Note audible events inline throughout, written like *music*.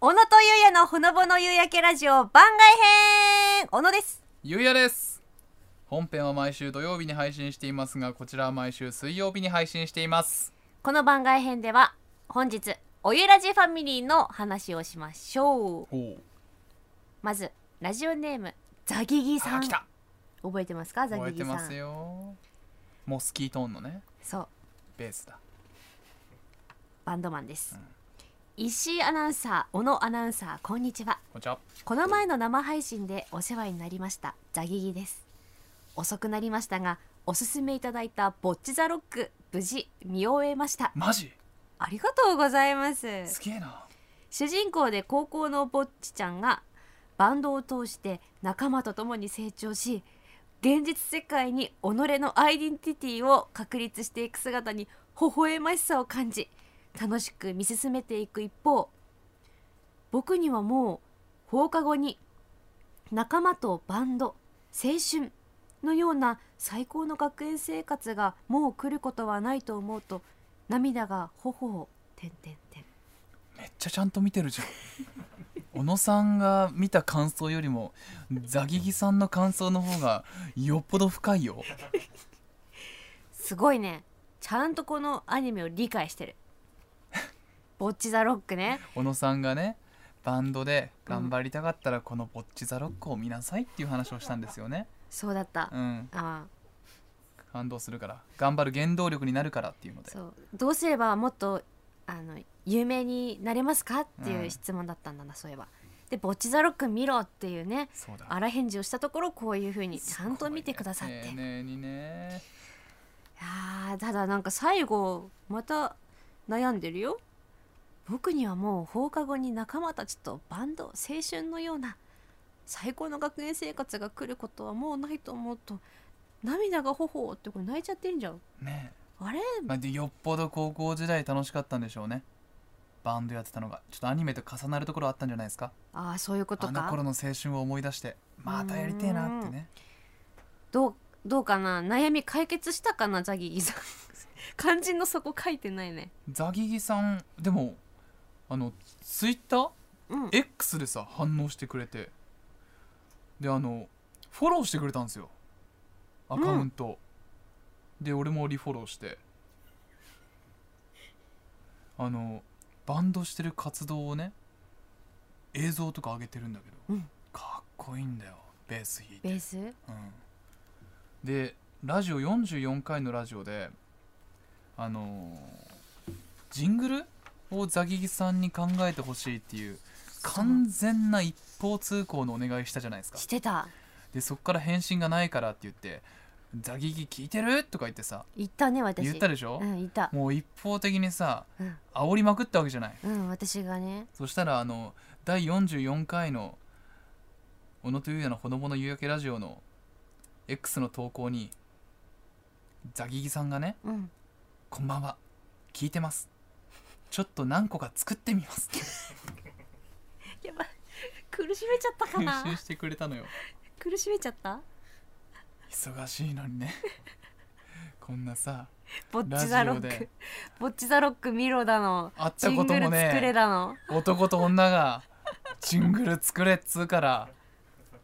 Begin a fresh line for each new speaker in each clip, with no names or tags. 小野とゆうやのほのぼの夕焼けラジオ番外編小野です
ゆうやです本編は毎週土曜日に配信していますがこちらは毎週水曜日に配信しています
この番外編では本日おゆらじファミリーの話をしましょう
ほう
まずラジオネームザギギさ
あ
ん
来た
覚えてますかザ
覚え
ギギ
て
さ
ます
ん
よモスキートーンのね
そう
ベースだ
バンドマンです、
うん
石井アナウンサー小野アナウンサーこんにちは
こんにちは
この前の生配信でお世話になりましたザギギです遅くなりましたがおすすめいただいたボッチザロック無事見終えました
マジ
ありがとうございます
すげえな
主人公で高校のぼっちちゃんがバンドを通して仲間と共に成長し現実世界に己のアイデンティティを確立していく姿に微笑ましさを感じ楽しく見進めていく一方僕にはもう放課後に仲間とバンド青春のような最高の学園生活がもう来ることはないと思うと涙が頬をてんてんてん
めっちゃちゃんと見てるじゃん小野さん *laughs* が見た感想よりもザギギさんの感想の方がよっぽど深いよ
すごいねちゃんとこのアニメを理解してるボッチ・ザ・ロックね
小野さんがねバンドで頑張りたかったらこの「ぼっちザロック」を見なさいっていう話をしたんですよね
そうだった、
うん
ああ
感動するから頑張る原動力になるからっていうので
そうどうすればもっとあの有名になれますかっていううん質問だったんだな、そういえばでボッチ・ザ・ロック見ろっていうね
そうだ
荒返事をしたところこういうふうにちゃんと見てくださって、
丁寧にね
あーただなんか最後また悩んでるよ僕にはもう放課後に仲間たちとバンド青春のような最高の学園生活が来ることはもうないと思うと涙が頬をってこれ泣いちゃってんじゃん
ね
あれ
え、まあ、でよっぽど高校時代楽しかったんでしょうねバンドやってたのがちょっとアニメと重なるところあったんじゃないですか
ああそういうこと
あの
か
頃の青春を思い出してまたやりてえなってね
どうどうかな悩み解決したかなザギギさん *laughs* 肝心の底書いてないね
ザギギさんでもあのツイッター
うん
X でさ反応してくれてであのフォローしてくれたんですよアカウント、で俺もリフォローしてあのバンドしてる活動をね映像とか上げてるんだけど、
うん
かっこいいんだよベース弾いて
ベース
うん、でラジオ44回のラジオであのージングルをザギギさんに考えてほしいっていう完全な一方通行のお願いしたじゃないですか
してた
でそこから返信がないからって言って「ザギギ聞いてる?」とか言ってさ
言ったね私
言ったでしょ
う、ん言った
もう一方的にさ
うん、
煽りまくったわけじゃない
うん、私がね
そしたらあの第44回の小野とゆうやのほのぼの夕焼けラジオの X の投稿にザギギさんがね
うん
「こんばんは聞いてますちょっと何個か作ってみます」って
やばい苦しめちゃったかな
*laughs* 編集してくれたのよ
苦しめちゃった
忙しいのにねこんなさ
ぼっ
ラ
ち
ジ
ザロッ
オ
ク
で
ぼっちザロック見ろだの
会っ
ジ
た
ン
こと
グル
も
作れ
ね
だの
男と女がジングル作れっつうから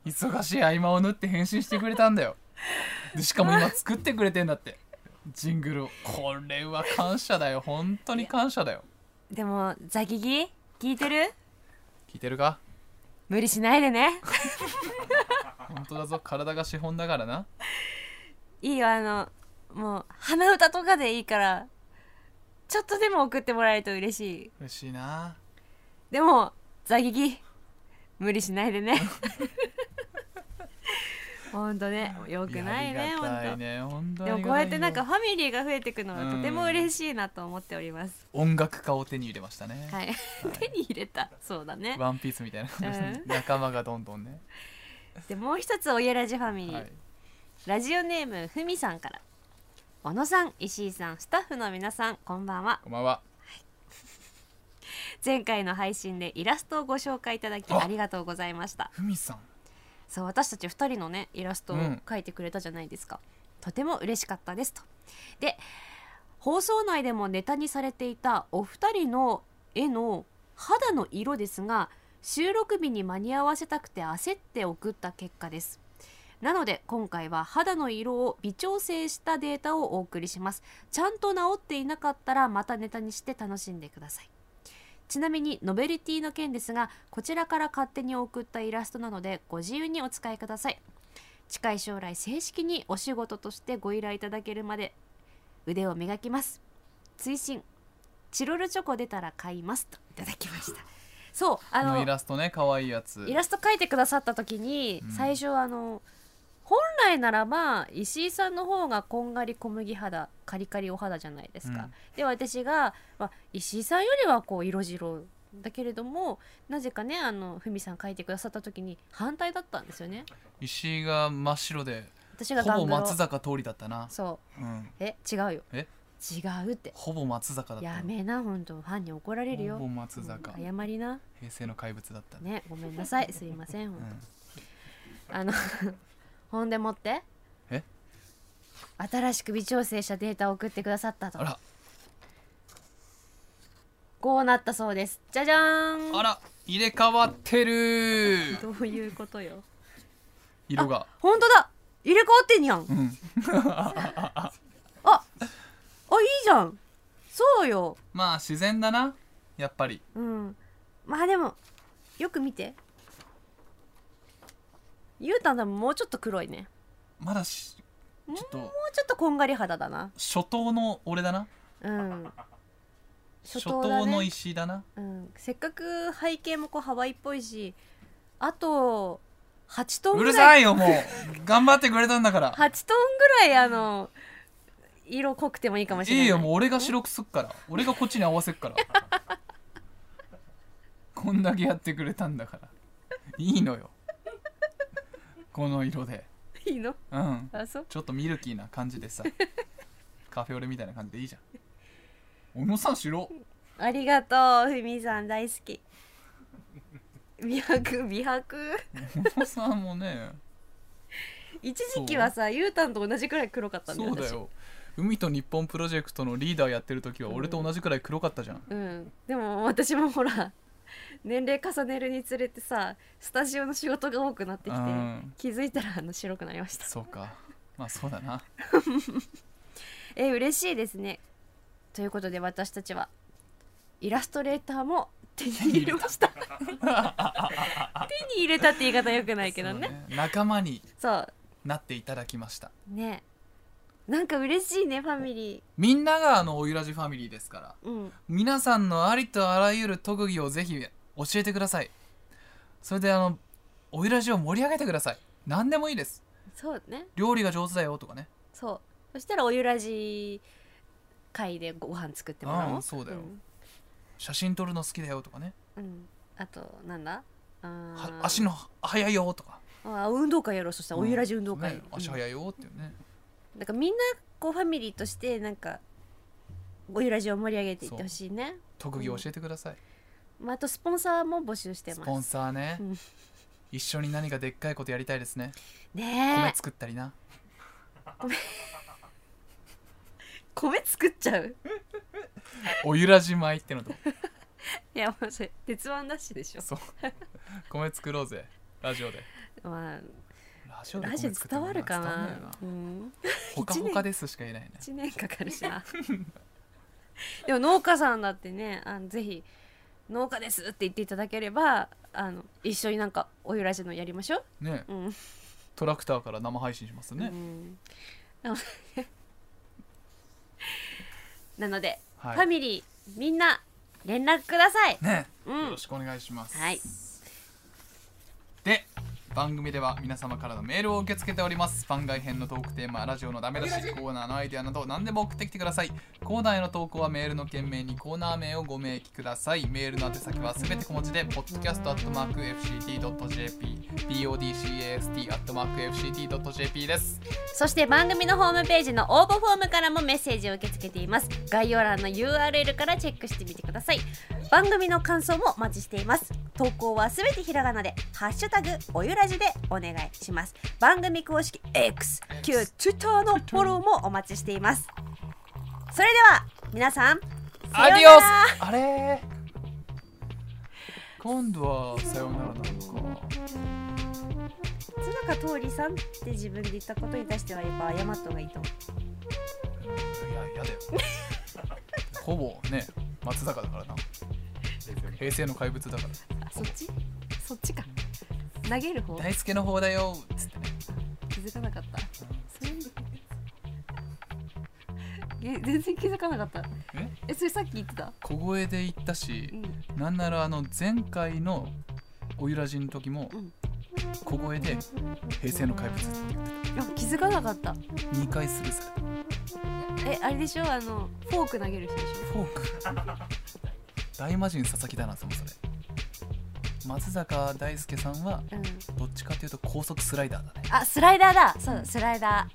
忙しい合間を縫って返信してくれたんだよでしかも今作ってくれてんだってジングルをこれは感謝だよ本当に感謝だよ
でもザギギ聞いてる
聞いてるか
無理しないでね
本当だぞ体が資本だからない
いよあのもう鼻歌とかでいいからちょっとでも送ってもらえると嬉しい
嬉しいな
でもザギギ無理しないで
*laughs*
ねほんとねよくない
や
ね
あり
ほ
が
ん
たい
と
ね本当に
でもこうやってなんかファミリーが増えていくのはとても
うん
嬉しいなと思っております。
音楽家を手に入れましたね、
はい、手に入れたそうだね。
ワンピースみたいな感じで、
う
仲間がどんどんね、
でもう一つおやらじファミリー、
はい、
ラジオネームふみさんから小野さん石井さんスタッフの皆さんこんばんは
こんばんは
前回の配信でイラストをご紹介いただき
あ
ありがとうございました
ふみさん
そう私たち2人のねイラストを
うん
描いてくれたじゃないですか、とても嬉しかったですとで放送内でもネタにされていたお二人の絵の肌の色ですが収録日に間に合わせたくて焦って送った結果ですなので今回は肌の色を微調整したデータをお送りしますちゃんと治っていなかったらまたネタにして楽しんでくださいちなみにノベルティの件ですがこちらから勝手に送ったイラストなのでご自由にお使いください近い将来正式にお仕事としてご依頼いただけるまで腕を磨きます追伸チロルチョコ出たら買いますといただきましたそうあ
こ
の
のイラストね可愛いやつ
イラスト描いてくださった時に、
うん
最初はあの本来ならば石井さんの方がこんがり小麦肌カリカリお肌じゃないですか、
うん
で私が、まあ、石井さんよりはこう色白だけれどもなぜかねあのふみさん描いてくださった時に反対だったんですよね
石井が真っ白で
私がガ
ほぼ
ングロ
松坂通りだったな、
そう
うん、
え違うよ
え
違うって
ほぼ松坂だった
やめな本当ファンに怒られるよ
ほぼ松坂
うん謝りな
平成の怪物だったね、
ねごめんなさいすいません
う
本当
ん、
あの *laughs* ほんでもって
え
新しく微調整したデータを送ってくださったと
あら
こうなったそうですじゃじゃーん
あら入れ替わってる
どういうこと *laughs* よ
色が
ほんとだ入れ替わってんやん
うん
ああいいじゃんそうよ
まあ自然だなやっぱり
うんまあでもよく見てゆうたんだもんもうちょっと黒いね
まだしちょっと
もうちょっとこんがり肌だな
初頭の俺だな
うん
*laughs* 初
初
頭
頭だね
の石井だな
うん、せっかく背景もこうハワイっぽいしあと8トン
う
ぐ
るさ
らい
いよもう頑張ってくれたんだから
8トンぐらいあの色濃くてもいいかもしれない
いいよもう俺が白くすっ
*laughs*
から俺がこっちに合わせっからこんだけやってくれたんだからいいのよこの色で
いいの
うん
あそう
ちょっとミルキーな感じでさカフェオレみたいな感じでいいじゃん小野さん白
ありがとうふみさん大好き美白美白
小野さんもね
一時期はさゆうたんと同じくらい黒かったんだよ
そうだよ海と日本プロジェクトのリーダーやってる時は俺と同じくらい黒かったじゃん
私うん、でも私もほら年齢重ねるにつれてさスタジオの仕事が多くなってきて
うん
気づいたらあの白くなりました
そうかまあそうだな
え嬉しいですねということで私たちはイラストレーター
*laughs*
も手に入れました手に入れたって言い方よくないけどね
そうね仲間に
そう
なっていただきました
ねなんか嬉しいねファミリ
みんながあのおゆらじファミリーですから
ーうん
皆さんのありとあらゆる特技をぜひ教えてくださいそれであのおゆらじを盛り上げてください何でもいいです
そうね
料理が上手だよとかね
そうそしたらおゆらじ会でご飯作ってもらおう、
うんそうだよ写真撮るの好きだよとかね
うん、うんあとなんだあ
は
ー
足の速いよとか
あ運動会やろうそしたらおゆらじ運動会、
ね足
うん
速いよっていうね
なんかみんなこうファミリーとしてなんかおゆらじを盛り上げていってほしいね
特技を教えてください
まあ、あとスポンサーも募集して
ス
ま
ポン
す。
サーね
うん
一緒に何かでっかいことやりたいですね米
ねえ
作ったりな
米作っちゃう
おゆらじ米ってのと
いやもうそれ鉄腕ダッシュでしょ。
そう米作ろうぜラジオで
まあ
ラジオで
ラ
米
ジオ
作
に伝
っても
わるか
伝わん
な
ねえな。
うん、
ほかほかですしか言えないね
一年かかるし *laughs* な。でも農家さんだってねあのぜひ農家ですって言っていただければあの一緒になんかおゆらしのやりましょ
ね
う。うん。
トラクターから生配信しますね、
うんなのでなので、
はい
ファミリーみんな連絡ください。
ね、
うん
よろしくお願いします、
はい
で番組では皆様からのメールを受け付けております番外編のトークテーマラジオのダメ出しコーナーのアイデアなど何でも送ってきてくださいコーナーへの投稿はメールの件名にコーナー名をご明記くださいメールの宛先はすべて小文字で podcast.fct.jp podcast.fct.jp です
そして番組のホームページの応募フォームからもメッセージを受け付けています概要欄の URL からチェックしてみてください番組の感想もお待ちしています投稿はすべてひらがなで「ハッシュタグおゆらじ」でお願いします番組公式 X 旧 Twitter のフォローもお待ちしていますそれでは皆さんさようなら
あれー今度はさようならなのか
津中通りさんって自分で言ったことに対してはやっぱ謝った方がいいと思
いや嫌だ
*laughs*
よほぼね松坂だからな平成の怪物だから
うあそっちそっちか投げる方
大輔の方だよっつってね
気づかなかったそれえ *laughs* 全然気づかなかった
え
えそれさっき言ってた
小声で言ったし
うん
なんならあの前回のおゆらじの時も
うん
小声で「平成の怪物」って言って
あ気づかなかった
た2回するされ
えあれでしょあのフォーク投げる人でしょ
たフォ
*laughs*
ーク大魔神佐々木だなそもそれ松坂大輔さんは
うん
どっちかというと高速スライダーだね
あスライダーだそうだスライダ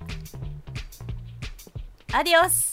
ーアディオス